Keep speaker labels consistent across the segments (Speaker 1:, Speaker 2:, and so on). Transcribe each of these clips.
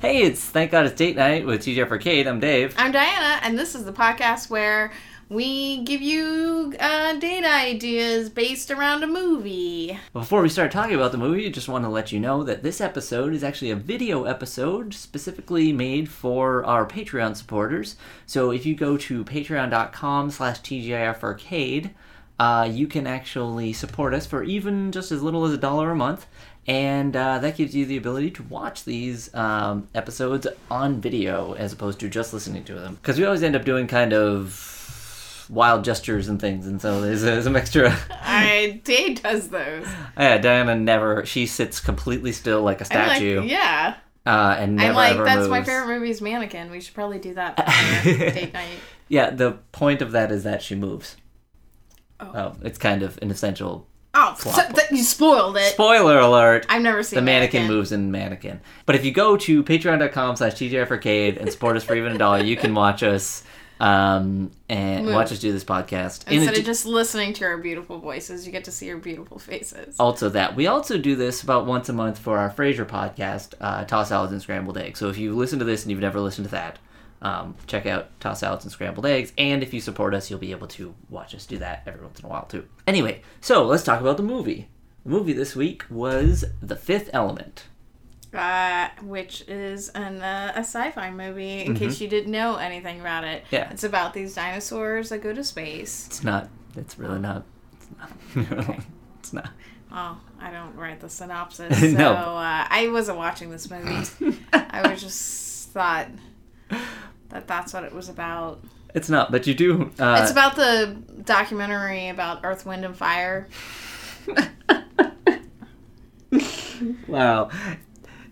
Speaker 1: Hey, it's Thank God It's Date Night with TJ for Kate. I'm Dave.
Speaker 2: I'm Diana, and this is the podcast where we give you uh, date ideas based around a movie.
Speaker 1: Before we start talking about the movie, I just want to let you know that this episode is actually a video episode specifically made for our Patreon supporters. So if you go to patreon.com slash TGIFarcade, uh, you can actually support us for even just as little as a dollar a month. And uh, that gives you the ability to watch these um, episodes on video as opposed to just listening to them. Because we always end up doing kind of wild gestures and things, and so there's, there's some extra.
Speaker 2: I Dave does those.
Speaker 1: Yeah, Diana never. She sits completely still like a
Speaker 2: I'm like,
Speaker 1: statue,
Speaker 2: yeah.
Speaker 1: uh, and never
Speaker 2: I'm like,
Speaker 1: ever
Speaker 2: that's
Speaker 1: moves.
Speaker 2: my favorite movie is Mannequin. We should probably do that for date night.
Speaker 1: Yeah, the point of that is that she moves.
Speaker 2: Oh.
Speaker 1: Oh, it's kind of an essential
Speaker 2: Oh, so, that, you spoiled it.
Speaker 1: spoiler alert.
Speaker 2: I've never seen
Speaker 1: the mannequin, moves in mannequin. But if you go to patreon.com slash TJFarcade and support us for even a dollar, you can watch us um, and
Speaker 2: Move.
Speaker 1: watch us do this podcast. In
Speaker 2: Instead
Speaker 1: addi-
Speaker 2: of just listening to our beautiful voices, you get to see our beautiful faces.
Speaker 1: also that we also do this about once a month for our Frasier podcast, uh, Toss Salads and Scrambled Eggs. So if you listen to this and you've never listened to that, um, check out Toss Salads and Scrambled Eggs. And if you support us, you'll be able to watch us do that every once in a while too. Anyway, so let's talk about the movie. The movie this week was The Fifth Element.
Speaker 2: uh, which is an, uh, a sci-fi movie. In case you didn't know anything about it,
Speaker 1: Mm-hmm. Yeah.
Speaker 2: it's about these dinosaurs that go to space.
Speaker 1: It's not. It's really not. It's not. it's not.
Speaker 2: Oh, I don't write the synopsis, so
Speaker 1: No.
Speaker 2: uh, I wasn't watching this movie. I was just thought that that's what it was about.
Speaker 1: It's not. But you do. Uh,
Speaker 2: it's about the documentary about Earth, Wind, and Fire.
Speaker 1: Wow.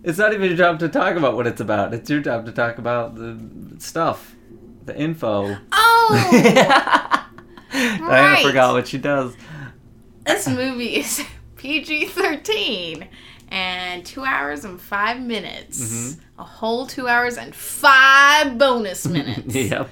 Speaker 1: It's not even your job to talk about what it's about. It's your job to talk about the stuff, the info.
Speaker 2: Oh,
Speaker 1: Diana
Speaker 2: Right.
Speaker 1: forgot what she does.
Speaker 2: this movie is PG thirteen and two hours and five minutes.
Speaker 1: Mm-hmm.
Speaker 2: A whole two hours and five bonus minutes.
Speaker 1: yep.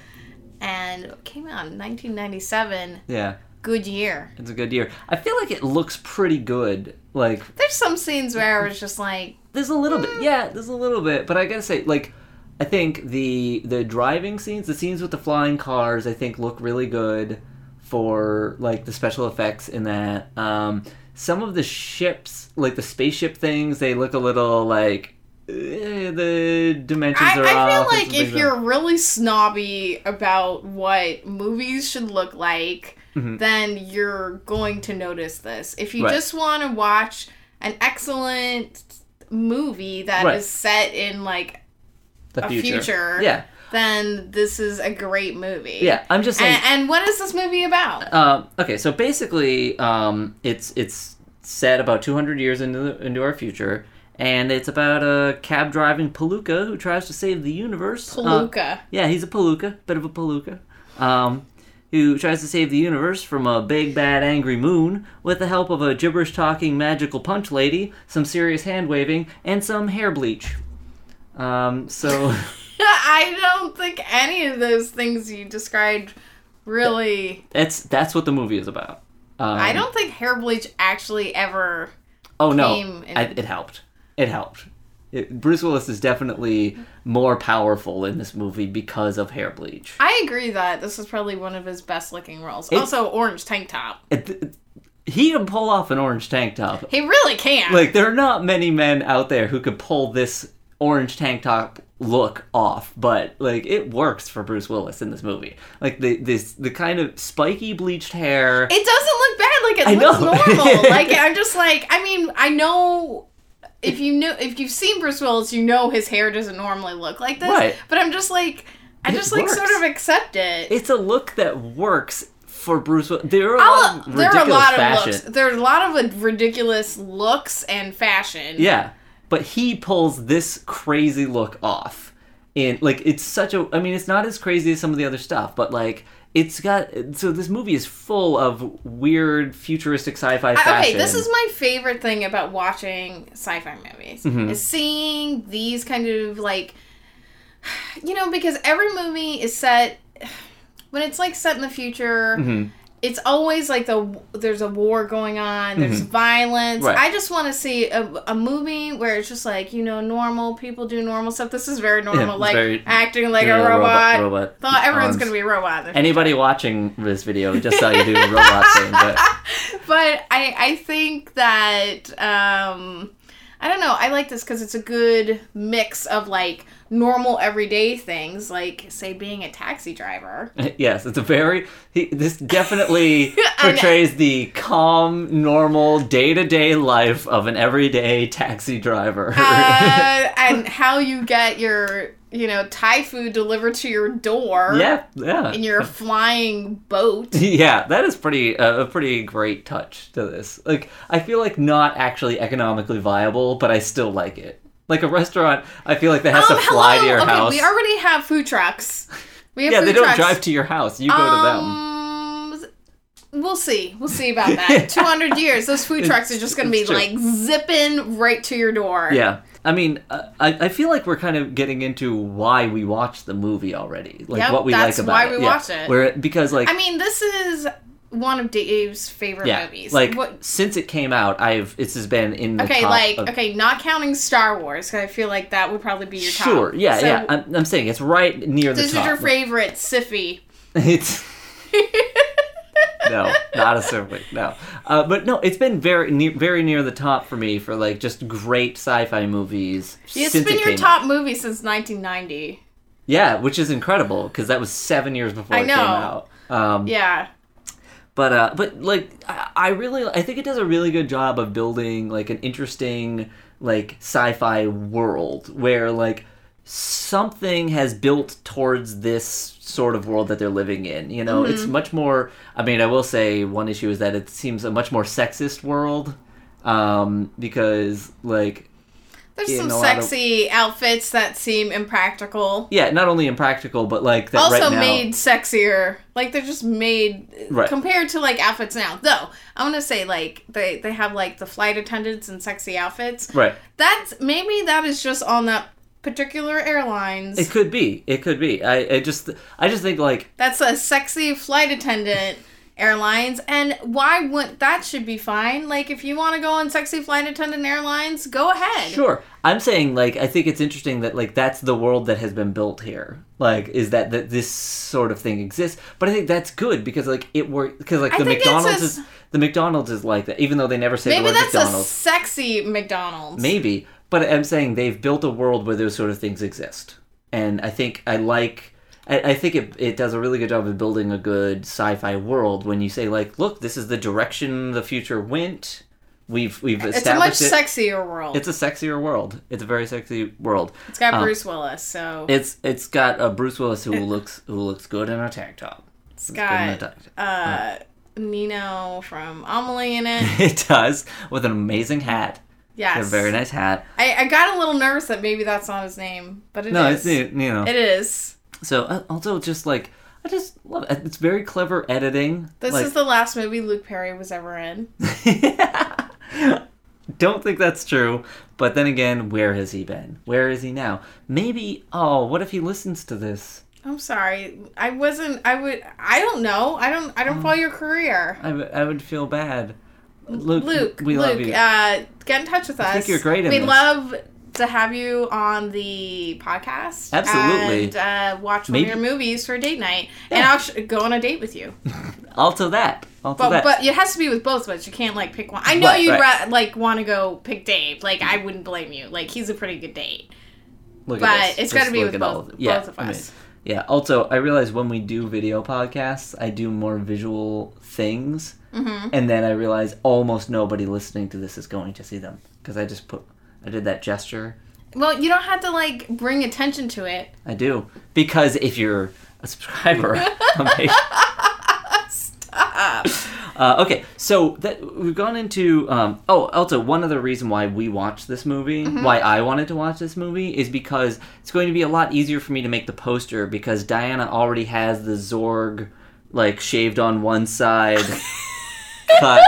Speaker 2: And it came out in nineteen ninety seven.
Speaker 1: Yeah.
Speaker 2: Good year.
Speaker 1: It's a good year. I feel like it looks pretty good. Like
Speaker 2: There's some scenes where I was just like,
Speaker 1: there's a little bit. Yeah, there's a little bit, but I got to say like I think the the driving scenes, the scenes with the flying cars, I think look really good for like the special effects in that. Um some of the ships, like the spaceship things, they look a little like eh, the dimensions
Speaker 2: I,
Speaker 1: are
Speaker 2: I feel
Speaker 1: off, it's
Speaker 2: like
Speaker 1: a big
Speaker 2: if
Speaker 1: zone.
Speaker 2: you're really snobby about what movies should look like, then you're going to notice this. If you
Speaker 1: Mm-hmm. Right.
Speaker 2: just want to watch an excellent movie that is
Speaker 1: Right.
Speaker 2: set in like,
Speaker 1: the
Speaker 2: a future.
Speaker 1: Yeah.
Speaker 2: then this is a great movie.
Speaker 1: Yeah, I'm just saying
Speaker 2: And, and what is this movie about?
Speaker 1: Um, okay, so basically, um, it's it's set about 200 years into the, into our future, and it's about a cab driving palooka who tries to save the universe. Uh,
Speaker 2: Palooka.
Speaker 1: yeah, he's a palooka, bit of a palooka, um, who tries to save the universe from a big bad angry moon with the help of a gibberish talking magical punch lady, some serious hand waving, and some hair bleach. Um, so
Speaker 2: I don't think any of those things you described really.
Speaker 1: that's that's what the movie is about. Um,
Speaker 2: I don't think hair bleach actually ever.
Speaker 1: Oh no,
Speaker 2: came and-
Speaker 1: I, it helped. It helped. It, Bruce Willis is definitely more powerful in this movie because of hair bleach.
Speaker 2: I agree that this is probably one of his best looking roles. also, orange tank top.
Speaker 1: It- it- he can pull off an orange tank top.
Speaker 2: He really can.
Speaker 1: Like there are not many men out there who could pull this orange tank top look off, but like it works for Bruce Willis in this movie. Like the this the kind of spiky bleached hair.
Speaker 2: it doesn't look bad. Like it
Speaker 1: I
Speaker 2: looks
Speaker 1: know.
Speaker 2: normal. like I'm just like I mean I know if you know if you've seen Bruce Willis, you know his hair doesn't normally look like this.
Speaker 1: Right.
Speaker 2: But I'm just like I
Speaker 1: It
Speaker 2: just like
Speaker 1: works.
Speaker 2: sort of accept it.
Speaker 1: it's a look that works for Bruce Willis. There are a
Speaker 2: I'll-
Speaker 1: lot of
Speaker 2: there are
Speaker 1: ridiculous
Speaker 2: a lot
Speaker 1: fashion.
Speaker 2: of looks. There are a lot of uh, ridiculous looks and fashion.
Speaker 1: Yeah, but he pulls this crazy look off, and like it's such a. I mean, it's not as crazy as some of the other stuff, but like it's got. So this movie is full of weird futuristic sci-fi
Speaker 2: I-
Speaker 1: fashion.
Speaker 2: Okay, this is my favorite thing about watching sci-fi movies
Speaker 1: Mm-hmm.
Speaker 2: is seeing these kind of like,
Speaker 1: Mm-hmm.
Speaker 2: you know, because every movie is set when it's like set in the future. it's always like the there's a war going on, there's violence.
Speaker 1: Mm-hmm. Right.
Speaker 2: I just want to see a, a movie where it's just like you know normal people do normal stuff. This is very normal,
Speaker 1: Yeah, it's
Speaker 2: like
Speaker 1: very-
Speaker 2: acting like
Speaker 1: You're
Speaker 2: a robot.
Speaker 1: robot.
Speaker 2: Thought everyone's
Speaker 1: arms.
Speaker 2: gonna be a robot.
Speaker 1: Anybody watching this video just saw you do a robot thing, but
Speaker 2: but I, I think that um, I don't know. I like this because it's a good mix of like normal everyday things, like say being a taxi driver.
Speaker 1: Yes, it's a very. He, this definitely
Speaker 2: I know.
Speaker 1: portrays the calm, normal, day to day life of an everyday taxi driver.
Speaker 2: Uh, and how you get your you know Thai food delivered to your door
Speaker 1: yeah, yeah.
Speaker 2: in your flying boat.
Speaker 1: yeah, that is pretty uh, a pretty great touch to this. Like, I feel like not actually economically viable, but I still like it. Like a restaurant, I feel like that has
Speaker 2: Um,
Speaker 1: to fly to your
Speaker 2: okay,
Speaker 1: house.
Speaker 2: we already have food trucks. We have
Speaker 1: yeah,
Speaker 2: food
Speaker 1: they don't
Speaker 2: trucks.
Speaker 1: drive to your house. You go
Speaker 2: Um, We'll see. We'll see about that. 200 years, those food trucks are just going to be
Speaker 1: It's true.
Speaker 2: like zipping right to your door.
Speaker 1: to them. Yeah. I mean, uh, I, I feel like we're kind of getting into why we watched the movie already. Like
Speaker 2: Yep,
Speaker 1: what we
Speaker 2: that's
Speaker 1: like about
Speaker 2: why
Speaker 1: it.
Speaker 2: we
Speaker 1: Yeah.
Speaker 2: watched it.
Speaker 1: Where because like
Speaker 2: I mean, this is one of Dave's favorite
Speaker 1: yeah,
Speaker 2: movies.
Speaker 1: like
Speaker 2: what?
Speaker 1: since it came out, I've this has been in the
Speaker 2: Okay,
Speaker 1: top
Speaker 2: like,
Speaker 1: of-
Speaker 2: okay, not counting Star Wars, 'cause I feel like that would probably be your top.
Speaker 1: sure, yeah,
Speaker 2: So,
Speaker 1: yeah. I'm, I'm saying it's right near the
Speaker 2: This
Speaker 1: top.
Speaker 2: is your favorite, Siffy.
Speaker 1: It's no, not a survey. No, uh, but no, it's been very near, very near the top for me for like just great sci-fi movies.
Speaker 2: It's
Speaker 1: since
Speaker 2: been
Speaker 1: it
Speaker 2: your
Speaker 1: came
Speaker 2: top movie since 1990.
Speaker 1: Yeah, which is incredible because that was seven years before
Speaker 2: I
Speaker 1: it
Speaker 2: know.
Speaker 1: came out. Um,
Speaker 2: Yeah.
Speaker 1: But uh, but like I, I really I think it does a really good job of building like an interesting like sci-fi world where like something has built towards this sort of world that they're living in. You know,
Speaker 2: Mm-hmm.
Speaker 1: it's much more. I mean, I will say one issue is that it seems a much more sexist world um, because like
Speaker 2: There's
Speaker 1: In
Speaker 2: some
Speaker 1: a lot of-
Speaker 2: sexy outfits that seem impractical.
Speaker 1: yeah, not only impractical but like that
Speaker 2: also
Speaker 1: right now.
Speaker 2: made sexier. Like they're just made
Speaker 1: Right.
Speaker 2: compared to like outfits now. Though I want to say like they they have like the flight attendants and sexy outfits.
Speaker 1: Right.
Speaker 2: That's maybe that is just on that particular airlines.
Speaker 1: It could be. It could be. I, I just I just think like
Speaker 2: That's a sexy flight attendant airlines and why would that should be fine like if you want to go on sexy flight attendant airlines go ahead
Speaker 1: sure. I'm saying like I think it's interesting that like that's the world that has been built here. Like is that that this sort of thing exists? But I think that's good because like it works because like
Speaker 2: I
Speaker 1: the
Speaker 2: think it's
Speaker 1: McDonald's
Speaker 2: a
Speaker 1: is the McDonald's is like that even though they never say the
Speaker 2: maybe
Speaker 1: word
Speaker 2: that's a
Speaker 1: McDonald's.
Speaker 2: sexy mcdonald's
Speaker 1: Maybe, but I'm saying they've built a world where those sort of things exist, and I think I like. I I think it, it does a really good job of building a good sci-fi world when you say like, look, this is the direction the future went. We've we've
Speaker 2: it's a much
Speaker 1: established it.
Speaker 2: sexier world
Speaker 1: It's a sexier world. It's a very sexy world.
Speaker 2: it's got bruce willis so
Speaker 1: It's it's got a Bruce Willis who looks who looks good in a tank top.
Speaker 2: It's
Speaker 1: Good in a
Speaker 2: got
Speaker 1: tank top.
Speaker 2: uh, Nino from Amelie in it.
Speaker 1: It does with an amazing hat. A
Speaker 2: Yes.
Speaker 1: very nice hat.
Speaker 2: I, I got a little nervous that maybe that's not his name, but it is.
Speaker 1: No, it's you know.
Speaker 2: It is.
Speaker 1: So uh, also just like I just love it. It's very clever editing.
Speaker 2: This
Speaker 1: like,
Speaker 2: is the last movie Luke Perry was ever in.
Speaker 1: don't think that's true, but then again, where has he been? Where is he now? Maybe oh, what if he listens to this?
Speaker 2: I'm sorry. I wasn't. I would. I don't know. I don't. I
Speaker 1: Mm.
Speaker 2: don't follow your career.
Speaker 1: I w- I would feel bad. Luke,
Speaker 2: Luke.
Speaker 1: we
Speaker 2: Luke.
Speaker 1: love you.
Speaker 2: Uh, get in touch with us.
Speaker 1: think you're great in
Speaker 2: We
Speaker 1: this.
Speaker 2: love to have you on the podcast.
Speaker 1: Absolutely.
Speaker 2: And uh, watch one of
Speaker 1: Maybe-
Speaker 2: your movies for date night, and I'll sh- go on a date with you.
Speaker 1: also that. Also
Speaker 2: But,
Speaker 1: that.
Speaker 2: but it has to be with both of us. You can't like pick one. I know
Speaker 1: Right,
Speaker 2: you'd
Speaker 1: right.
Speaker 2: ra- like want to go pick Dave. Like I wouldn't blame you. Like he's a pretty good date.
Speaker 1: Look
Speaker 2: But
Speaker 1: at this.
Speaker 2: it's gotta
Speaker 1: Just
Speaker 2: be
Speaker 1: look
Speaker 2: with
Speaker 1: at all
Speaker 2: both-
Speaker 1: it. yeah,
Speaker 2: both of
Speaker 1: I mean,
Speaker 2: us.
Speaker 1: yeah. Also, I realize when we do video podcasts, I do more visual things,
Speaker 2: Mm-hmm.
Speaker 1: and then I realize almost nobody listening to this is going to see them because I just put, I did that gesture.
Speaker 2: Well, you don't have to like bring attention to it.
Speaker 1: I do because if you're a subscriber, on Patreon-
Speaker 2: Stop.
Speaker 1: uh, okay. So that we've gone into. Um, oh, also one other reason why we watched this movie,
Speaker 2: Mm-hmm.
Speaker 1: why I wanted to watch this movie, is because it's going to be a lot easier for me to make the poster because Diana already has the Zorg, like shaved on one side, cut.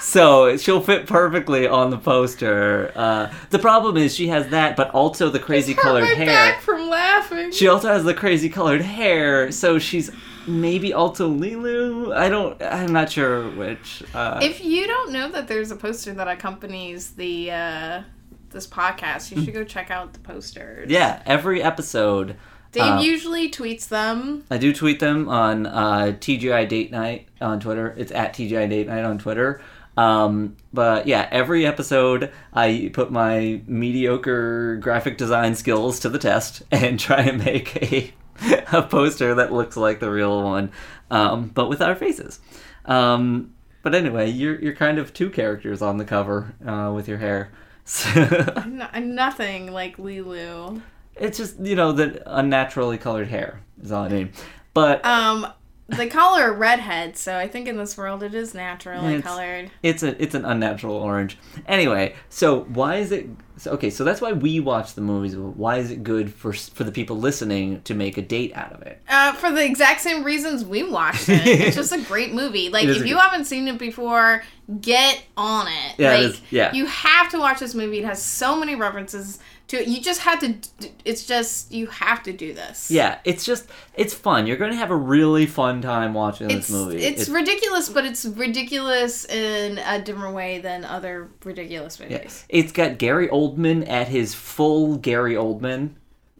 Speaker 1: So she'll fit perfectly on the poster. Uh, the problem is she has that, but also the crazy
Speaker 2: Hurt
Speaker 1: colored
Speaker 2: my
Speaker 1: hair.
Speaker 2: back from laughing. weird.
Speaker 1: She also has the crazy colored hair, so she's maybe Alto Lilu. I don't. I'm not sure which. Uh,
Speaker 2: If you don't know that there's a poster that accompanies the uh, this podcast, you should go check out the posters.
Speaker 1: Hmm. yeah, every episode.
Speaker 2: Dave
Speaker 1: uh,
Speaker 2: usually tweets them.
Speaker 1: I do tweet them on uh, TGI Date Night on Twitter. It's at TGI Date Night on Twitter. Um, but yeah, every episode I put my mediocre graphic design skills to the test and try and make a, a poster that looks like the real one, um, but with our faces. Um, but anyway, you're you're kind of two characters on the cover uh, with your hair. So
Speaker 2: No, nothing like Lilu.
Speaker 1: it's just you know the unnaturally colored hair is all I mean. But
Speaker 2: Um, they call her a redhead, so I think in this world it is naturally
Speaker 1: It's-
Speaker 2: colored.
Speaker 1: It's a it's an unnatural orange. Anyway, so why is it so- okay? So that's why we watch the movies. but Why is it good for s- for the people listening to make a date out of it?
Speaker 2: Uh, for the exact same reasons we watched it. It's just a great movie. Like
Speaker 1: It is
Speaker 2: if
Speaker 1: a
Speaker 2: you
Speaker 1: good-
Speaker 2: haven't seen it before, get on it.
Speaker 1: Yeah, it
Speaker 2: like
Speaker 1: is- yeah.
Speaker 2: you have to watch this movie. It has so many references to it. You just have to. d- It's just you have to do this.
Speaker 1: Yeah, it's just it's fun. You're going to have a really fun time watching
Speaker 2: It's,
Speaker 1: this movie.
Speaker 2: it's ridiculous, but it's ridiculous in a different way than other ridiculous movies.
Speaker 1: it's got Gary Oldman at his full Gary Oldman,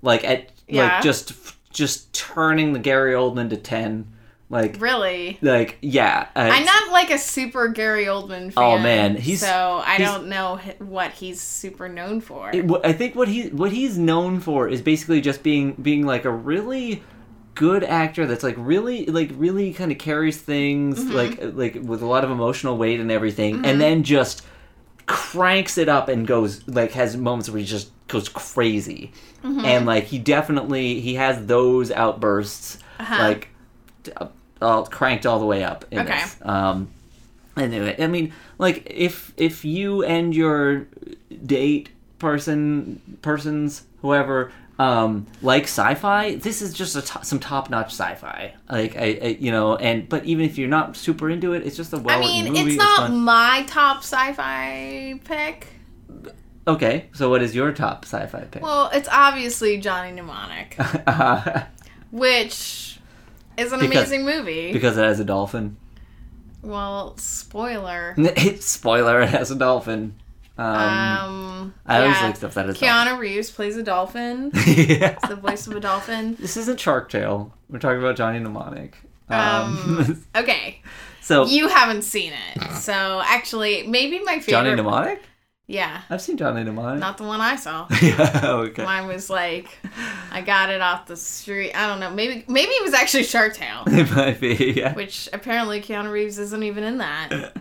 Speaker 1: like at
Speaker 2: Yeah.
Speaker 1: like just just turning the Gary Oldman to ten, like
Speaker 2: Really,
Speaker 1: like yeah. uh,
Speaker 2: I'm not like a super Gary Oldman fan.
Speaker 1: Oh, man, he's-
Speaker 2: so I
Speaker 1: he's-
Speaker 2: don't know h- what he's super known for.
Speaker 1: It- wh- I think what he what he's known for is basically just being being like a really good actor that's like really like really kind of carries things like like with a lot of emotional weight and everything and then just cranks it up and goes like has moments where he just goes crazy and like he definitely he has those outbursts
Speaker 2: Uh-huh.
Speaker 1: like t- uh, all cranked all the way up in
Speaker 2: Okay.
Speaker 1: this. um Anyway, I mean, like if if you and your date person persons whoever um like sci-fi, this is just a to- some top-notch sci-fi. Like I, I you know, and but even if you're not super into it, it's just a
Speaker 2: I
Speaker 1: well
Speaker 2: mean,
Speaker 1: movie.
Speaker 2: it's not
Speaker 1: fun.
Speaker 2: my top sci-fi pick.
Speaker 1: Okay, so what is your top sci-fi pick?
Speaker 2: Well, it's obviously Johnny Mnemonic, which is an
Speaker 1: Because-
Speaker 2: amazing movie.
Speaker 1: because it has a dolphin.
Speaker 2: well, spoiler.
Speaker 1: Spoiler, it has a dolphin. Um,
Speaker 2: Um,
Speaker 1: I always
Speaker 2: yeah.
Speaker 1: like stuff that has
Speaker 2: Keanu Reeves plays a dolphin.
Speaker 1: dolphins. yeah.
Speaker 2: the voice of a dolphin.
Speaker 1: This isn't Shark Tale. We're talking about Johnny Mnemonic.
Speaker 2: Um, Okay,
Speaker 1: so
Speaker 2: you haven't seen it, so actually, maybe my favorite.
Speaker 1: Oh. Johnny Mnemonic?
Speaker 2: Yeah,
Speaker 1: I've seen Johnny Mnemonic.
Speaker 2: not the one I saw.
Speaker 1: yeah, okay.
Speaker 2: Mine was like, I got it off the street. I don't know. Maybe maybe it was actually Shark Tale,
Speaker 1: it might be, yeah.
Speaker 2: which apparently Keanu Reeves isn't even in that. It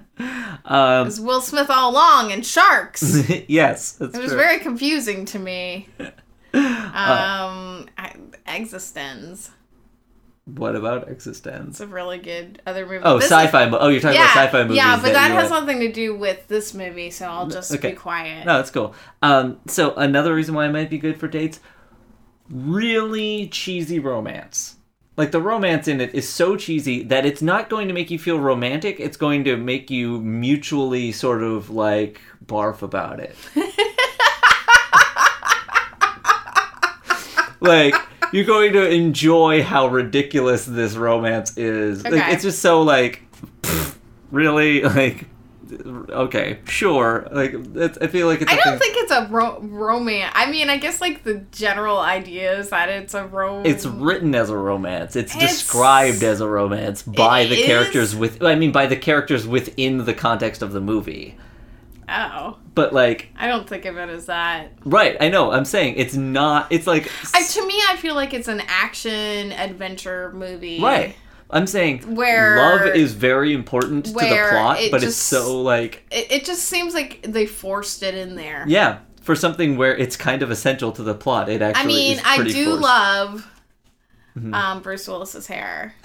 Speaker 1: Um,
Speaker 2: was Will Smith all along and sharks. It
Speaker 1: yes, that's
Speaker 2: was
Speaker 1: true.
Speaker 2: very confusing to me.
Speaker 1: Uh,
Speaker 2: Um, I, Existence.
Speaker 1: What about Existence?
Speaker 2: It's a really good other movie.
Speaker 1: Oh,
Speaker 2: This is-
Speaker 1: sci-fi. mo- oh, you're talking about sci-fi movies.
Speaker 2: Yeah, but that,
Speaker 1: you
Speaker 2: has
Speaker 1: like.
Speaker 2: nothing to do with this movie, so I'll just
Speaker 1: okay.
Speaker 2: be quiet.
Speaker 1: No, that's cool. Um, so another reason why it might be good for dates, really cheesy romance. Like the romance in it is so cheesy that it's not going to make you feel romantic. It's going to make you mutually sort of like barf about it. like you're going to enjoy how ridiculous this romance is. Like
Speaker 2: Okay.
Speaker 1: it's just so like pfft, really like okay, sure. Like it's, I feel like it's. a
Speaker 2: I
Speaker 1: thing-
Speaker 2: don't think it's a ro- romance. I mean, I guess like the general idea is that it's a rom.
Speaker 1: it's written as a romance. It's,
Speaker 2: Mm-hmm. It's-
Speaker 1: described as a romance by
Speaker 2: It
Speaker 1: the
Speaker 2: is?
Speaker 1: characters with. I mean, by the characters within the context of the movie.
Speaker 2: oh,
Speaker 1: But like,
Speaker 2: I don't think of it as that.
Speaker 1: right? I know. I'm saying it's not. It's like
Speaker 2: I, to me, I feel like it's an action adventure movie.
Speaker 1: right. I'm saying
Speaker 2: Where-
Speaker 1: love is very important to the
Speaker 2: where
Speaker 1: plot,
Speaker 2: it
Speaker 1: but it's
Speaker 2: just-
Speaker 1: so like
Speaker 2: It, it just seems like they forced it in there.
Speaker 1: yeah. For something where it's kind of essential to the plot, it actually
Speaker 2: I mean,
Speaker 1: is
Speaker 2: I
Speaker 1: pretty
Speaker 2: do
Speaker 1: forced. Mm-hmm.
Speaker 2: love um, Bruce Willis's hair.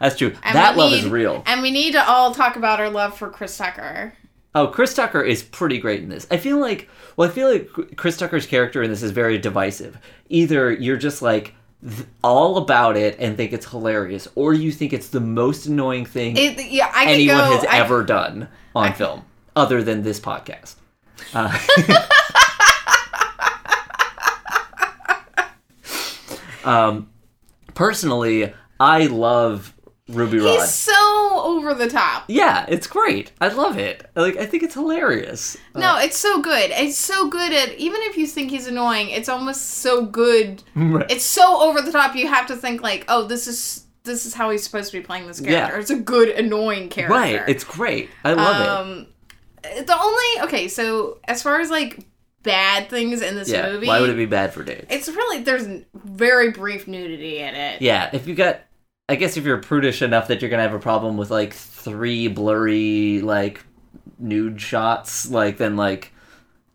Speaker 1: That's true.
Speaker 2: And
Speaker 1: that
Speaker 2: we
Speaker 1: love is
Speaker 2: need-
Speaker 1: real.
Speaker 2: And we need to all talk about our love for Chris Tucker.
Speaker 1: Oh, Chris Tucker is pretty great in this. I feel like, well, I feel like Chris Tucker's character in this is very divisive. Either you're just like th- all about it and think it's hilarious, or you think it's the most annoying thing
Speaker 2: It, yeah, I
Speaker 1: anyone
Speaker 2: can go.
Speaker 1: has
Speaker 2: I-
Speaker 1: ever done on film, other than this podcast. Uh, Um, personally, I love Ruby Rod.
Speaker 2: He's so over the top.
Speaker 1: Yeah, it's great. I love it. Like I think it's hilarious.
Speaker 2: No, it's so good. It's so good at even if you think he's annoying, it's almost so good.
Speaker 1: Right.
Speaker 2: It's so over the top. You have to think like, oh, this is this is how he's supposed to be playing this character. It's a good annoying character.
Speaker 1: Right. It's great. I love it.
Speaker 2: um, the only okay. So as far as like bad things in this
Speaker 1: Yeah.
Speaker 2: movie,
Speaker 1: Why would it be bad for Dave?
Speaker 2: It's really there's n- very brief nudity in it.
Speaker 1: Yeah, if you got, I guess if you're prudish enough that you're gonna have a problem with like three blurry like nude shots, like then like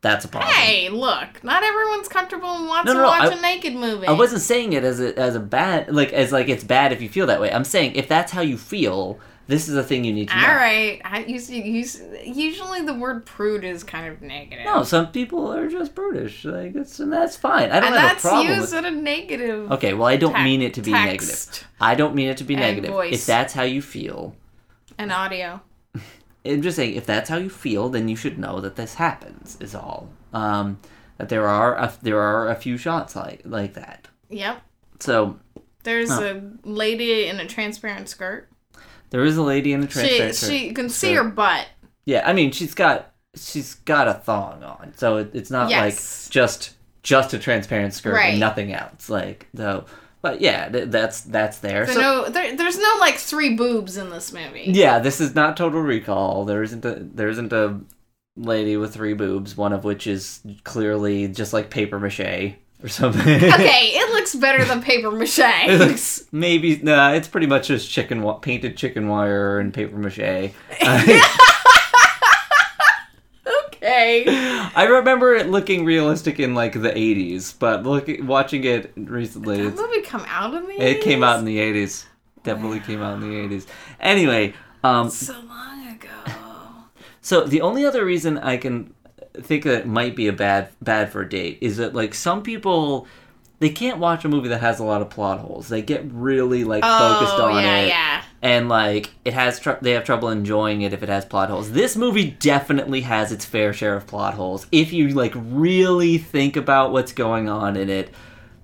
Speaker 1: that's a problem.
Speaker 2: Hey, look, not everyone's comfortable and wants
Speaker 1: No,
Speaker 2: to
Speaker 1: no, no,
Speaker 2: watch
Speaker 1: I-
Speaker 2: a naked movie.
Speaker 1: I wasn't saying it as a, as a bad like as like it's bad if you feel that way. I'm saying if that's how you feel, this is a thing you need to know.
Speaker 2: All right. I used to use usually the word prude is kind of negative.
Speaker 1: No, some people are just prudish, like that's and that's fine. I don't
Speaker 2: and
Speaker 1: have
Speaker 2: that's
Speaker 1: a problem.
Speaker 2: used
Speaker 1: with
Speaker 2: in a negative.
Speaker 1: Okay, well I don't
Speaker 2: te-
Speaker 1: mean it to be negative.
Speaker 2: text
Speaker 1: I don't mean it to be
Speaker 2: and
Speaker 1: negative. If
Speaker 2: voice.
Speaker 1: that's how you feel,
Speaker 2: And audio.
Speaker 1: I'm just saying, if that's how you feel, then you should know that this happens. Is all. Um, that there are a, there are a few shots like like that.
Speaker 2: Yep.
Speaker 1: So
Speaker 2: There's a lady in a transparent skirt.
Speaker 1: there is a lady in a
Speaker 2: She
Speaker 1: transparent.
Speaker 2: she can see
Speaker 1: skirt.
Speaker 2: her butt.
Speaker 1: Yeah, I mean she's got she's got a thong on, so it, it's not
Speaker 2: Yes.
Speaker 1: like just just a transparent skirt
Speaker 2: Right.
Speaker 1: and nothing else. Like though, but yeah, th- that's that's there.
Speaker 2: There
Speaker 1: So-
Speaker 2: no there, there's no like three boobs in this movie.
Speaker 1: Yeah, this is not Total Recall. There isn't a there isn't a lady with three boobs, one of which is clearly just like paper mache or something.
Speaker 2: Okay, it looks better than paper mache.
Speaker 1: It looks maybe nah. It's pretty much just chicken wi- painted chicken wire and paper mache.
Speaker 2: okay.
Speaker 1: I remember it looking realistic in like the '80s, but look, watching it recently,
Speaker 2: Did
Speaker 1: it's,
Speaker 2: that movie come out in the
Speaker 1: it came
Speaker 2: 80s?
Speaker 1: out in the '80s. Definitely came out in the '80s. Anyway, um,
Speaker 2: so long ago.
Speaker 1: So the only other reason I can think that it might be a bad bad for a date is that like some people they can't watch a movie that has a lot of plot holes. They get really like focused
Speaker 2: oh
Speaker 1: on
Speaker 2: yeah,
Speaker 1: it,
Speaker 2: yeah.
Speaker 1: and like it has tr- they have trouble enjoying it if it has plot holes. This movie definitely has its fair share of plot holes. If you like really think about what's going on in it,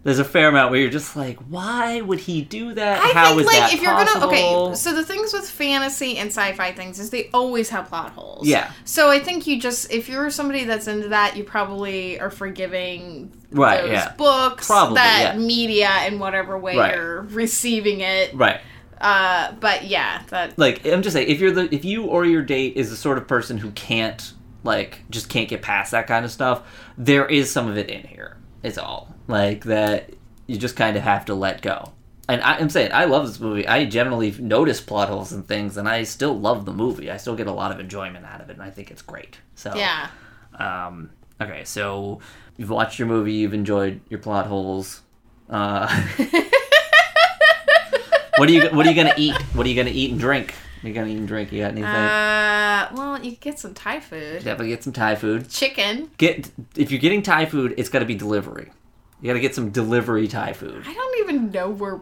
Speaker 1: there's a fair amount where you're just like, why would he do that?
Speaker 2: I
Speaker 1: How
Speaker 2: think
Speaker 1: is
Speaker 2: like
Speaker 1: that
Speaker 2: if you're
Speaker 1: possible?
Speaker 2: gonna okay, so the things with fantasy and sci-fi things is they always have plot holes.
Speaker 1: Yeah.
Speaker 2: So I think you just if you're somebody that's into that, you probably are forgiving
Speaker 1: Right,
Speaker 2: those
Speaker 1: yeah.
Speaker 2: books,
Speaker 1: Probably,
Speaker 2: that
Speaker 1: yeah.
Speaker 2: media in whatever way
Speaker 1: Right.
Speaker 2: you're receiving it.
Speaker 1: right.
Speaker 2: Uh, but yeah, that
Speaker 1: like I'm just saying, if you're the if you or your date is the sort of person who can't like just can't get past that kind of stuff, there is some of it in here. It's all like that. You just kind of have to let go. And I, I'm saying I love this movie. I generally notice plot holes and things, and I still love the movie. I still get a lot of enjoyment out of it, and I think it's great. So
Speaker 2: yeah.
Speaker 1: Um, okay, so you've watched your movie. You've enjoyed your plot holes. Uh, what are you What are you gonna eat? What are you gonna eat and drink? What are you gonna eat and drink? You got anything?
Speaker 2: Uh, well, you could get some Thai food,
Speaker 1: Definitely get some Thai food.
Speaker 2: chicken.
Speaker 1: Get if you're getting Thai food, it's gotta be delivery. You gotta get some delivery Thai food.
Speaker 2: I don't even know where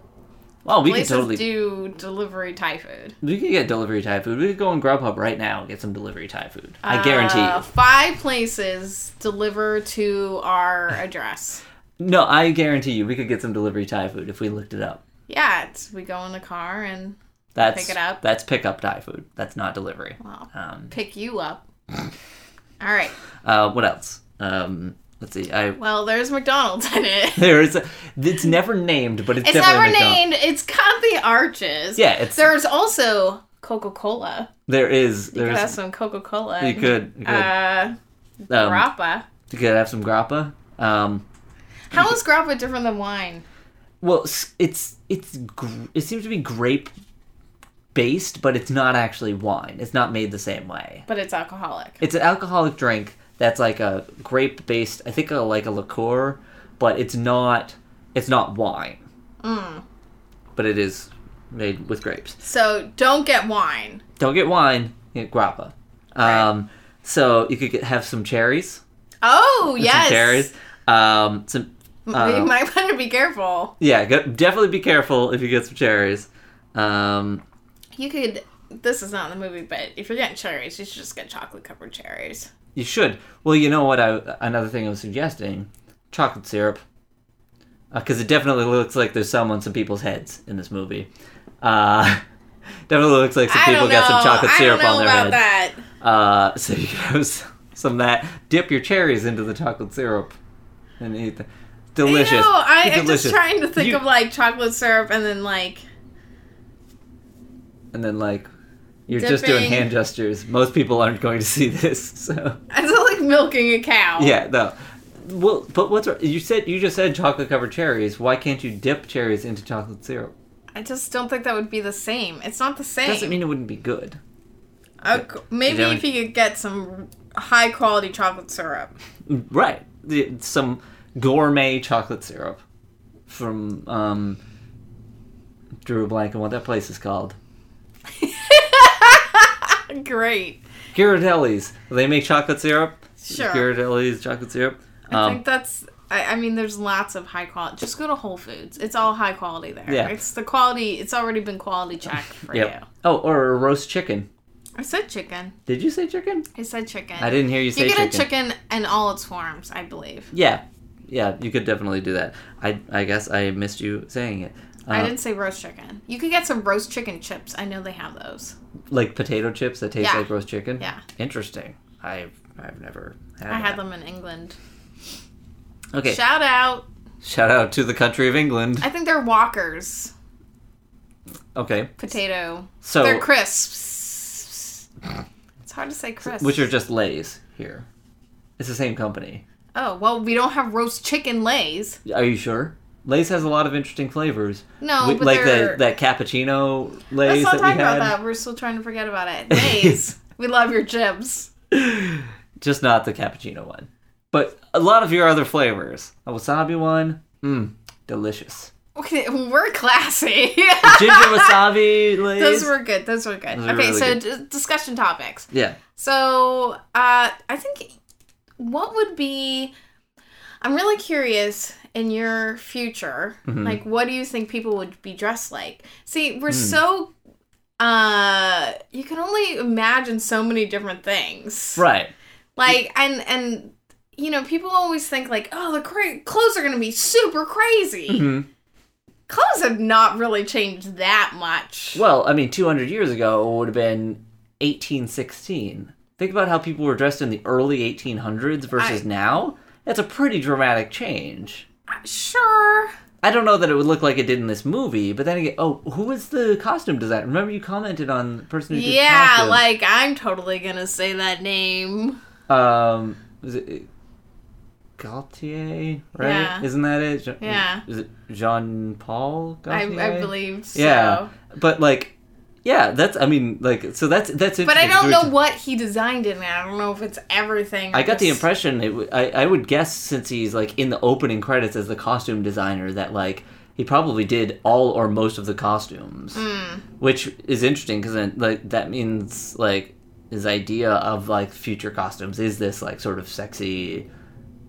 Speaker 1: Well, we can
Speaker 2: places
Speaker 1: totally
Speaker 2: do delivery Thai food.
Speaker 1: we can get delivery Thai food. We could go on Grubhub right now and get some delivery Thai food. I guarantee
Speaker 2: Uh,
Speaker 1: you.
Speaker 2: Five places deliver to our address.
Speaker 1: No, I guarantee you. We could get some delivery Thai food if we looked it up.
Speaker 2: yeah, it's, we go in the car and
Speaker 1: That's
Speaker 2: Pick it up.
Speaker 1: That's pickup Thai food. That's not delivery.
Speaker 2: well,
Speaker 1: Um,
Speaker 2: pick you up. All right.
Speaker 1: uh, what else? Um, let's see. I
Speaker 2: Well, there's McDonald's in it.
Speaker 1: there's a, it's never named, but it's,
Speaker 2: It's
Speaker 1: definitely
Speaker 2: never
Speaker 1: McDonald's.
Speaker 2: named. It's got the arches.
Speaker 1: Yeah, it's
Speaker 2: There's also Coca Cola.
Speaker 1: there is
Speaker 2: You could have
Speaker 1: there's
Speaker 2: some Coca Cola.
Speaker 1: you could you could,
Speaker 2: Uh,
Speaker 1: um,
Speaker 2: grappa.
Speaker 1: you could have some grappa. Um,
Speaker 2: How is grappa different than wine?
Speaker 1: well, s- it's it's gr- it seems to be grape based, but it's not actually wine. It's not made the same way.
Speaker 2: But it's alcoholic.
Speaker 1: It's an alcoholic drink that's like a grape based. I think a, like a liqueur, but it's not it's not wine. But it is made with grapes.
Speaker 2: So don't get wine.
Speaker 1: don't get wine, get grappa. Um, so you could get, have some cherries,
Speaker 2: Oh yes.
Speaker 1: some cherries. Um, some
Speaker 2: you
Speaker 1: uh,
Speaker 2: might want to be careful.
Speaker 1: yeah, go, definitely be careful if you get some cherries. Um,
Speaker 2: You could. This is not in the movie, but if you're getting cherries, you should just get chocolate covered cherries.
Speaker 1: you should. Well, you know what? I another thing I was suggesting: chocolate syrup. because Uh, it definitely looks like there's some on some people's heads in this movie. Uh, definitely looks like some
Speaker 2: I
Speaker 1: people
Speaker 2: don't know.
Speaker 1: got some chocolate syrup
Speaker 2: I don't
Speaker 1: on
Speaker 2: know
Speaker 1: their
Speaker 2: about
Speaker 1: head.
Speaker 2: that.
Speaker 1: Uh, so you can have s- some of that. Dip your cherries into the chocolate syrup and eat. The, delicious.
Speaker 2: You know, I,
Speaker 1: It's
Speaker 2: I'm just
Speaker 1: delicious.
Speaker 2: trying to think
Speaker 1: You-
Speaker 2: of like chocolate syrup and then like
Speaker 1: And then like. You're just doing
Speaker 2: Dipping.
Speaker 1: hand gestures. Most people aren't going to see this, so
Speaker 2: I feel like milking a cow.
Speaker 1: yeah, no. Well, but what's you said? You just said chocolate covered cherries. Why can't you dip cherries into chocolate syrup?
Speaker 2: I just don't think that would be the same. It's not the same.
Speaker 1: Doesn't mean it wouldn't be good.
Speaker 2: Uh, c- maybe
Speaker 1: Yeah.
Speaker 2: if you could get some high quality chocolate syrup.
Speaker 1: Right. The- Some gourmet chocolate syrup from um drew a blank on what that place is called.
Speaker 2: Great.
Speaker 1: Ghirardelli's. They make chocolate syrup.
Speaker 2: Sure.
Speaker 1: Ghirardelli's chocolate syrup.
Speaker 2: I
Speaker 1: Um,
Speaker 2: think that's. I, I mean, there's lots of high quality. Just go to Whole Foods. It's all high quality there.
Speaker 1: Yeah.
Speaker 2: It's the quality. It's already been quality checked for
Speaker 1: yep.
Speaker 2: you.
Speaker 1: Oh, or a roast chicken.
Speaker 2: I said chicken.
Speaker 1: Did you say chicken?
Speaker 2: I said chicken.
Speaker 1: I didn't hear you say
Speaker 2: You get
Speaker 1: chicken.
Speaker 2: a chicken in all its forms, I believe.
Speaker 1: Yeah, yeah, you could definitely do that. I I guess I missed you saying it. Uh,
Speaker 2: I didn't say roast chicken. You could get some roast chicken chips. I know they have those.
Speaker 1: like potato chips that taste
Speaker 2: Yeah.
Speaker 1: like roast chicken.
Speaker 2: Yeah.
Speaker 1: Interesting. I've I've never had.
Speaker 2: I had
Speaker 1: that.
Speaker 2: them in England.
Speaker 1: Okay.
Speaker 2: Shout out.
Speaker 1: Shout out to the country of England.
Speaker 2: I think they're Walker's
Speaker 1: Okay.
Speaker 2: potato.
Speaker 1: So
Speaker 2: they're crisps. It's hard to say crisps.
Speaker 1: which are just Lay's here. It's the same company.
Speaker 2: Oh, well, we don't have roast chicken lays.
Speaker 1: Are you sure? Lay's has a lot of interesting flavors.
Speaker 2: No,
Speaker 1: We-
Speaker 2: but
Speaker 1: like
Speaker 2: they're...
Speaker 1: the that cappuccino
Speaker 2: Let's
Speaker 1: Lay's
Speaker 2: not
Speaker 1: that we
Speaker 2: talk about
Speaker 1: had.
Speaker 2: that. We're still trying to forget about it. Lays. we love your jibs.
Speaker 1: Just not the cappuccino one. But a lot of your other flavors. A wasabi one. Mmm, delicious.
Speaker 2: Okay, we're classy.
Speaker 1: Ginger wasabi Lay's.
Speaker 2: Those were good. Those were good.
Speaker 1: Those were
Speaker 2: okay,
Speaker 1: really
Speaker 2: so d- discussion topics.
Speaker 1: Yeah.
Speaker 2: So, uh, I think what would be. I'm really curious in your future,
Speaker 1: Mm-hmm.
Speaker 2: like, what do you think people would be dressed like? See,
Speaker 1: Hmm.
Speaker 2: we're so. Uh, you can only imagine so many different things.
Speaker 1: Right.
Speaker 2: Like, and, and, you know, people always think, like, oh, the cra- clothes are going to be super crazy.
Speaker 1: hmm
Speaker 2: Clothes have not really changed that much.
Speaker 1: Well, I mean, 200 years ago it would have been 1816. Think about how people were dressed in the early 1800s versus
Speaker 2: I-
Speaker 1: now. That's a pretty dramatic change.
Speaker 2: Uh, Sure.
Speaker 1: I don't know that it would look like it did in this movie, but then again, oh, who was the costume designer? Remember you commented on the person who did
Speaker 2: Yeah,
Speaker 1: costumes.
Speaker 2: like I'm totally gonna say that name.
Speaker 1: um, was it Gaultier? Right?
Speaker 2: Yeah.
Speaker 1: Isn't that it? Je-
Speaker 2: Yeah.
Speaker 1: Is it Jean Paul
Speaker 2: I,
Speaker 1: Gaultier?
Speaker 2: I believe so.
Speaker 1: Yeah, but like, yeah, that's I mean, like, so that's that's.
Speaker 2: But I
Speaker 1: interesting, 'cause
Speaker 2: don't
Speaker 1: we
Speaker 2: know
Speaker 1: were-
Speaker 2: what he designed it in. I don't know if it's everything. or
Speaker 1: I got the
Speaker 2: just-
Speaker 1: impression it. W- I I would guess since he's like in the opening credits as the costume designer that like he probably did all or most of the costumes,
Speaker 2: Mm. Hmm,
Speaker 1: which is interesting because like that means like his idea of like future costumes is this like sort of sexy,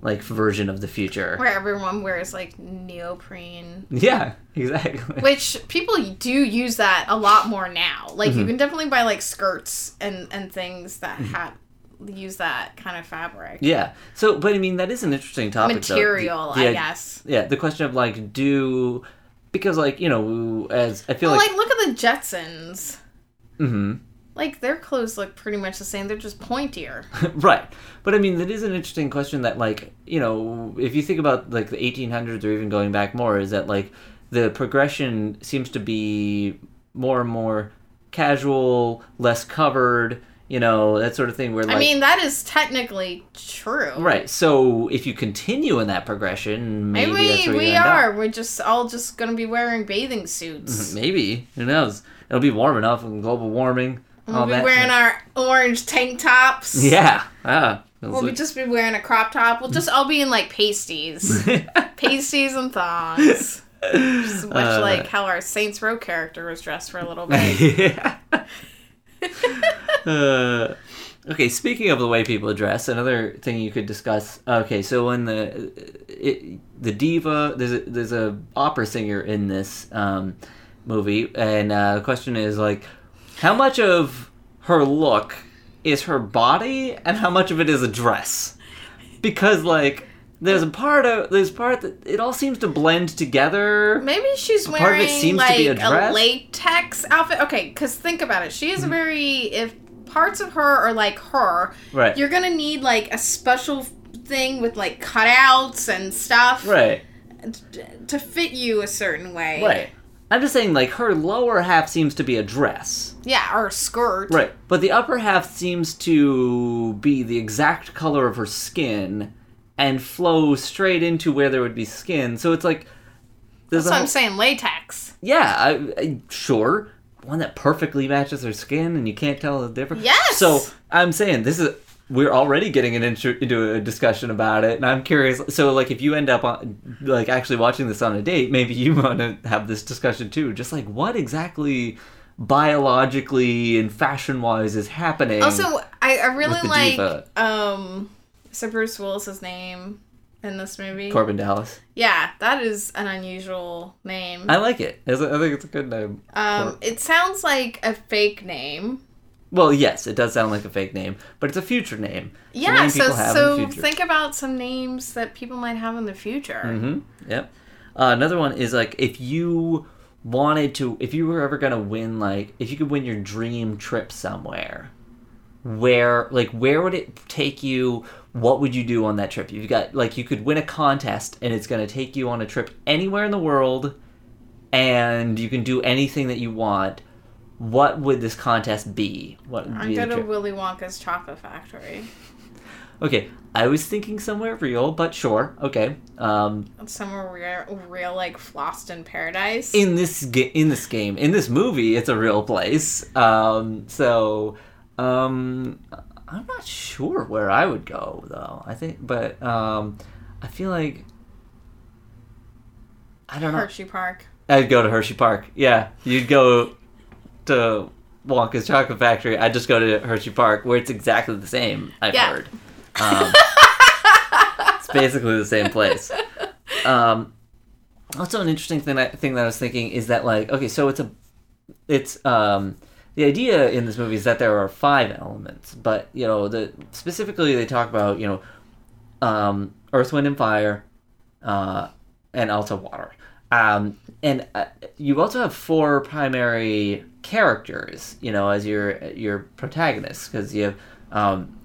Speaker 1: like version of the future.
Speaker 2: where everyone wears like neoprene,
Speaker 1: Yeah, exactly.
Speaker 2: which people do use that a lot more now. Like
Speaker 1: Mm-hmm.
Speaker 2: you can definitely buy like skirts and and things that have use that kind of fabric
Speaker 1: Yeah. So, but I mean, that is an interesting topic. though. The-
Speaker 2: material.
Speaker 1: the
Speaker 2: I
Speaker 1: id-
Speaker 2: guess.
Speaker 1: Yeah, the question of like, do because like you know, as I feel
Speaker 2: Well,
Speaker 1: like,
Speaker 2: like look at the Jetsons.
Speaker 1: Mhm.
Speaker 2: Like their clothes look pretty much the same. They're just pointier.
Speaker 1: right, but I mean, that is an interesting question. That like you know, if you think about like the 1800s or even going back more, is that like the progression seems to be more and more casual, less covered, you know, that sort of thing. Where like,
Speaker 2: I mean, that is technically true.
Speaker 1: right, so if you continue in that progression, maybe,
Speaker 2: Maybe,
Speaker 1: that's where you
Speaker 2: we
Speaker 1: end up.
Speaker 2: are. We're just all just gonna be wearing bathing
Speaker 1: Mm-hmm.
Speaker 2: suits.
Speaker 1: Maybe. Who knows? It'll be warm enough and global warming. all
Speaker 2: We'll be
Speaker 1: that.
Speaker 2: wearing our orange tank tops.
Speaker 1: Yeah. Mm-hmm. Ah.
Speaker 2: We'll be just be wearing a crop top. We'll just all be in like pasties, pasties and thongs. Just much
Speaker 1: Uh,
Speaker 2: like how our Saints Row character was dressed for a little bit.
Speaker 1: Uh, okay, speaking of the way people dress, another thing you could discuss. Okay, so in the uh, it, the diva, there's a, there's a opera singer in this um, movie, and uh, the question is like, how much of her look is her body, and how much of it is a dress? Because like There's a part of there's part that it all seems to blend together.
Speaker 2: Maybe she's
Speaker 1: part of it
Speaker 2: wearing
Speaker 1: seems to
Speaker 2: like
Speaker 1: be a
Speaker 2: a,
Speaker 1: dress. Hmm.
Speaker 2: latex outfit. Okay, because think about it. She is very if parts of her are like her,
Speaker 1: Right.
Speaker 2: you're gonna need like a special thing with like cutouts and stuff
Speaker 1: right.
Speaker 2: t- to fit you a certain way.
Speaker 1: Right. I'm just saying like her lower half seems to be a dress.
Speaker 2: Yeah, or a skirt.
Speaker 1: Right. But the upper half seems to be the exact color of her skin and flow straight into where there would be skin. So it's like there's
Speaker 2: That's what
Speaker 1: a
Speaker 2: I'm saying. Latex.
Speaker 1: Yeah, I, I, sure. One that perfectly matches her skin and you can't tell the difference.
Speaker 2: Yes!
Speaker 1: So I'm saying this is. We're already getting an intro, into a discussion about it, and I'm curious. So, like, if you end up on, like, actually watching this on a date, maybe you want to have this discussion too. Just like, what exactly biologically and fashion-wise is happening?
Speaker 2: Also, I, I really
Speaker 1: Mm. With the
Speaker 2: like
Speaker 1: diva.
Speaker 2: um, so Bruce Willis's name in this movie.
Speaker 1: Corbin Dallas.
Speaker 2: yeah, that is an unusual name.
Speaker 1: I like it. It's a- I think it's a good name.
Speaker 2: Um, it sounds like a fake name.
Speaker 1: Well, yes, it does sound like a fake name, but it's a future name. It's a
Speaker 2: Yeah,
Speaker 1: name
Speaker 2: so
Speaker 1: people have in the
Speaker 2: so
Speaker 1: future.
Speaker 2: think about some names that people might have in the future.
Speaker 1: Mm-hmm. Yep. Uh, another one is like if you wanted to, if you were ever gonna win, like if you could win your dream trip somewhere, where like where would it take you? What would you do on that trip? You've got like you could win a contest, and it's gonna take you on a trip anywhere in the world, and you can do anything that you want. What would this contest be? What would
Speaker 2: I'm
Speaker 1: be the
Speaker 2: going to
Speaker 1: trip?
Speaker 2: Willy Wonka's Chocolate Factory.
Speaker 1: Okay, I was thinking somewhere real, but sure. Okay. Um,
Speaker 2: That's somewhere real, real like Flossed in Paradise.
Speaker 1: in this ga- in this game in this movie it's a real place um so um i'm not sure where i would go though i think but um i feel like i don't know
Speaker 2: Hershey Park.
Speaker 1: i'd go to hershey park yeah you'd go to wonka's chocolate factory i'd just go to hershey park where it's exactly the same i've
Speaker 2: Yeah.
Speaker 1: heard um, it's basically the same place um, also an interesting thing I, thing that I was thinking is that like okay, so it's a it's um the idea in this movie is that there are five elements, but you know the specifically they talk about you know um, earth, wind, and fire, uh, and also water. Um, and uh, you also have four primary characters, you know, as your your protagonists, because you have um,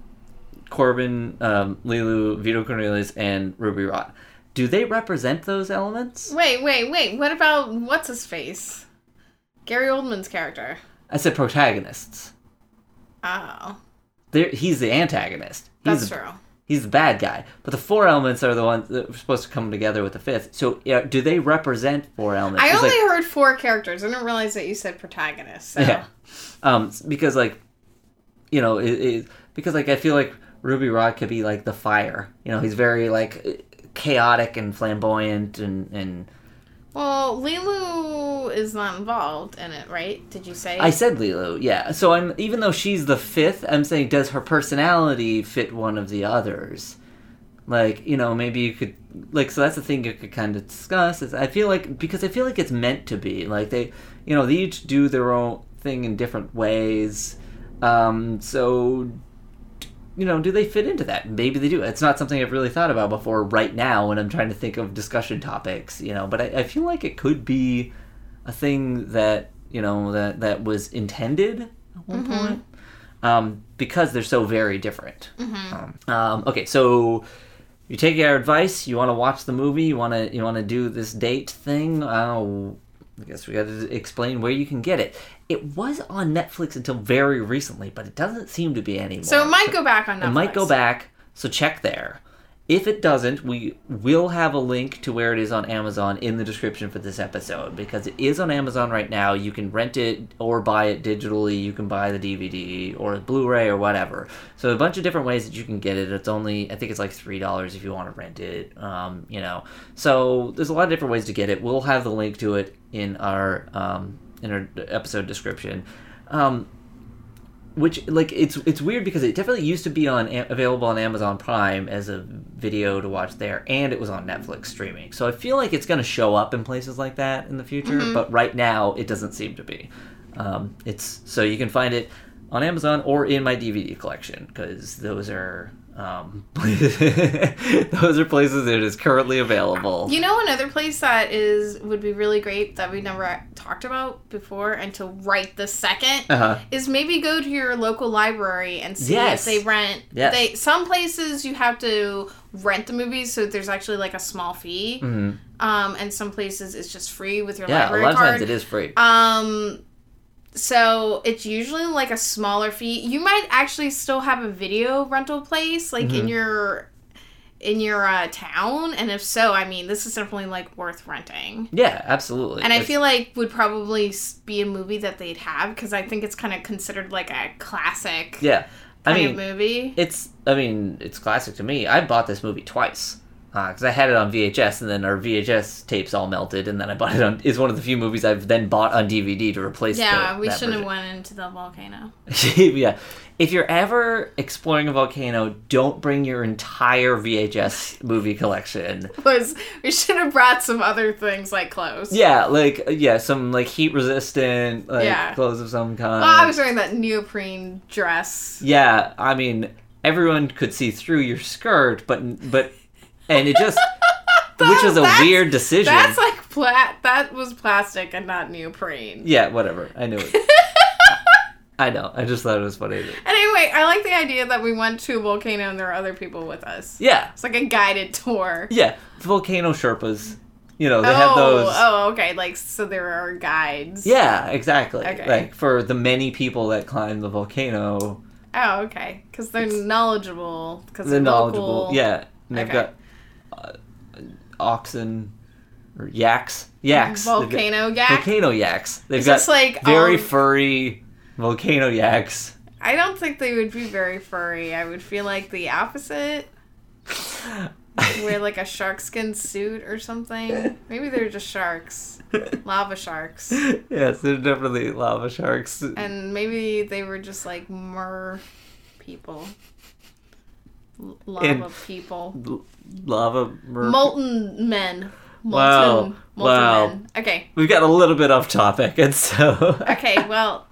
Speaker 1: Corbin, um, Lilu, Vito Cornelius, and Ruby Rod. Do they represent those elements?
Speaker 2: Wait, wait, wait. What about what's his face? Gary Oldman's character.
Speaker 1: I said protagonists.
Speaker 2: Oh,
Speaker 1: They're, he's the antagonist. He's
Speaker 2: that's
Speaker 1: the-
Speaker 2: true.
Speaker 1: He's the bad guy. But the four elements are the ones that are supposed to come together with the fifth. So yeah, do they represent four elements?
Speaker 2: I
Speaker 1: It's
Speaker 2: only
Speaker 1: like-
Speaker 2: heard four characters. I didn't realize that you said protagonist. So.
Speaker 1: yeah, um, s- because like, you know, it, it, because like I feel like Ruby Rod could be like the fire. You know, he's very like uh, chaotic and flamboyant and and
Speaker 2: Well, Lilu is not involved in it, right? Did you say?
Speaker 1: I said Lilo, yeah. So I'm even though she's the fifth, I'm saying does her personality fit one of the others? Like you know, maybe you could like so that's the thing you could kind of discuss. Is I feel like because I feel like it's meant to be like they, you know, they each do their own thing in different ways. Um, so you know, do they fit into that? Maybe they do. It's not something I've really thought about before right now when I'm trying to think of discussion topics, you know, but I, I feel like it could be a thing that, you know, that, that was intended at one
Speaker 2: Mm-hmm.
Speaker 1: point um, because they're so very different.
Speaker 2: Mm-hmm.
Speaker 1: Um, um, okay, so you take our advice. You want to watch the movie. You want to you want to do this date thing. Uh, I guess we got to explain where you can get it. It was on Netflix until very recently, but it doesn't seem to be anymore.
Speaker 2: so it might go back on Netflix.
Speaker 1: It might go back, so check there. If it doesn't, we will have a link to where it is on Amazon in the description for this episode because it is on Amazon right now. You can rent it or buy it digitally. You can buy the DVD or Blu ray or whatever. So, a bunch of different ways that you can get it. It's only, I think it's like $3 if you want to rent it, um, you know. So, there's a lot of different ways to get it. We'll have the link to it in our, um, in our episode description. Um, which like it's it's weird because it definitely used to be on Am- available on Amazon Prime as a video to watch there, and it was on Netflix streaming. So I feel like it's going to show up in places like that in the future,
Speaker 2: Mm-hmm.
Speaker 1: but right now it doesn't seem to be. Um, it's so you can find it on Amazon or in my DVD collection because those are Um, those are places it is currently available.
Speaker 2: You know, another place that is would be really great that we never talked about before until right this second
Speaker 1: Uh-huh.
Speaker 2: is maybe go to your local library and see
Speaker 1: Yes.
Speaker 2: if they rent.
Speaker 1: Yes.
Speaker 2: They some places you have to rent the movies, so there's actually like a small fee.
Speaker 1: Mhm.
Speaker 2: Um, and some places it's just free with your
Speaker 1: Yeah, a
Speaker 2: library
Speaker 1: lot of
Speaker 2: card.
Speaker 1: times it is free.
Speaker 2: Um so it's usually like a smaller fee. You might actually still have a video rental place like
Speaker 1: Mm-hmm.
Speaker 2: in your in your uh, town and if so, I mean, this is definitely like worth renting.
Speaker 1: yeah, absolutely.
Speaker 2: And I
Speaker 1: It's-
Speaker 2: feel like would probably s- be a movie that they'd have because I think it's kind of considered like a classic
Speaker 1: yeah, I
Speaker 2: kind
Speaker 1: mean,
Speaker 2: of movie.
Speaker 1: it's I mean it's classic to me. I bought this movie twice because I had it on VHS and then our VHS tapes all melted and then I bought it on. Is one of the few movies I've then bought on DVD to replace.
Speaker 2: yeah,
Speaker 1: the,
Speaker 2: we
Speaker 1: that
Speaker 2: shouldn't have
Speaker 1: version.
Speaker 2: went into the volcano.
Speaker 1: yeah, if you're ever exploring a volcano, don't bring your entire VHS movie collection.
Speaker 2: Was we should have brought some other things like clothes.
Speaker 1: Yeah, like yeah, some like heat resistant like
Speaker 2: Yeah.
Speaker 1: clothes of some kind.
Speaker 2: Well, I was wearing that neoprene dress.
Speaker 1: Yeah, I mean, everyone could see through your skirt, but but, and it just, which is a
Speaker 2: That's-
Speaker 1: weird decision.
Speaker 2: That's like plat. That was plastic and not neoprene.
Speaker 1: Yeah, whatever. I knew it. I know. I just thought it was funny.
Speaker 2: And anyway, I like the idea that we went to a volcano and there were other people with us.
Speaker 1: Yeah,
Speaker 2: It's like a guided tour.
Speaker 1: yeah. Volcano Sherpas. You know they
Speaker 2: oh,
Speaker 1: have those.
Speaker 2: oh, okay. Like so, there are guides.
Speaker 1: Yeah, exactly.
Speaker 2: Okay.
Speaker 1: Like for the many people that climb the volcano,
Speaker 2: Oh, okay. Because they're knowledgeable. Because
Speaker 1: the
Speaker 2: they're
Speaker 1: knowledgeable.
Speaker 2: Local.
Speaker 1: Yeah, and they've
Speaker 2: Okay.
Speaker 1: got uh, oxen or yaks. Yaks. They've got-
Speaker 2: Volcano yak.
Speaker 1: volcano yaks. They've
Speaker 2: Is
Speaker 1: got
Speaker 2: this like,
Speaker 1: very
Speaker 2: um,
Speaker 1: furry volcano yaks.
Speaker 2: I don't think they would be very furry. I would feel like the opposite. Wear like a shark skin suit or something. Maybe they're just sharks, lava sharks.
Speaker 1: yes, they're definitely lava sharks.
Speaker 2: And maybe they were just like mer people. L- lava
Speaker 1: And-
Speaker 2: people.
Speaker 1: L- lava. mer-
Speaker 2: Molten men. Molten,
Speaker 1: Wow.
Speaker 2: molten
Speaker 1: Wow.
Speaker 2: men. Okay.
Speaker 1: We've got a little bit off topic, and so.
Speaker 2: Okay, well,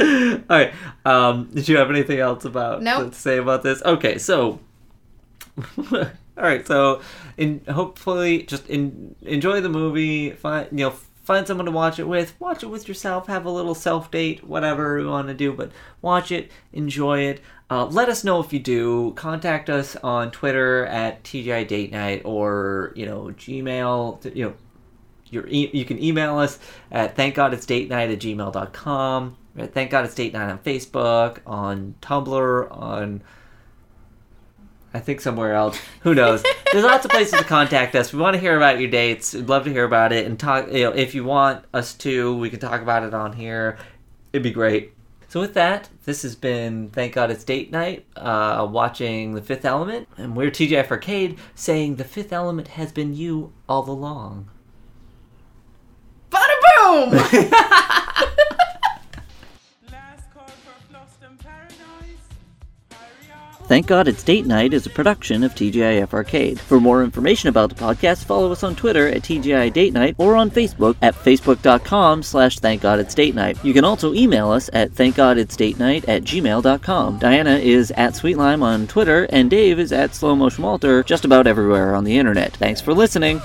Speaker 1: All right. Um, did you have anything else about
Speaker 2: Nope.
Speaker 1: to say about this? Okay, so. All right, so, in hopefully, just in, enjoy the movie. Find you know, find someone to watch it with. Watch it with yourself. Have a little self date, whatever you want to do. But watch it, enjoy it. Uh, let us know if you do. Contact us on Twitter at TGI Date Night or you know Gmail. You know your e- you can email us at thankgoditsdatenight at gmail.com at thank god it's date night on facebook on tumblr on i think somewhere else who knows there's lots of places to contact us we want to hear about your dates we'd love to hear about it and talk you know if you want us to we can talk about it on here it'd be great so with that this has been thank god it's date night uh, watching the fifth element and we're tjf arcade saying the fifth element has been you all along
Speaker 2: bada boom!
Speaker 3: Last call for Flossed and Paradise. Hurry up.
Speaker 4: Thank God It's Date Night is a production of TGIF Arcade. For more information about the podcast, follow us on Twitter at TGI Date Night or on Facebook at facebook.com slash thank God it's date night. You can also email us at thankgoditsdatenight at gmail.com. Diana is at sweetlime on Twitter and Dave is at slowmotionwalter just about everywhere on the internet. Thanks for listening.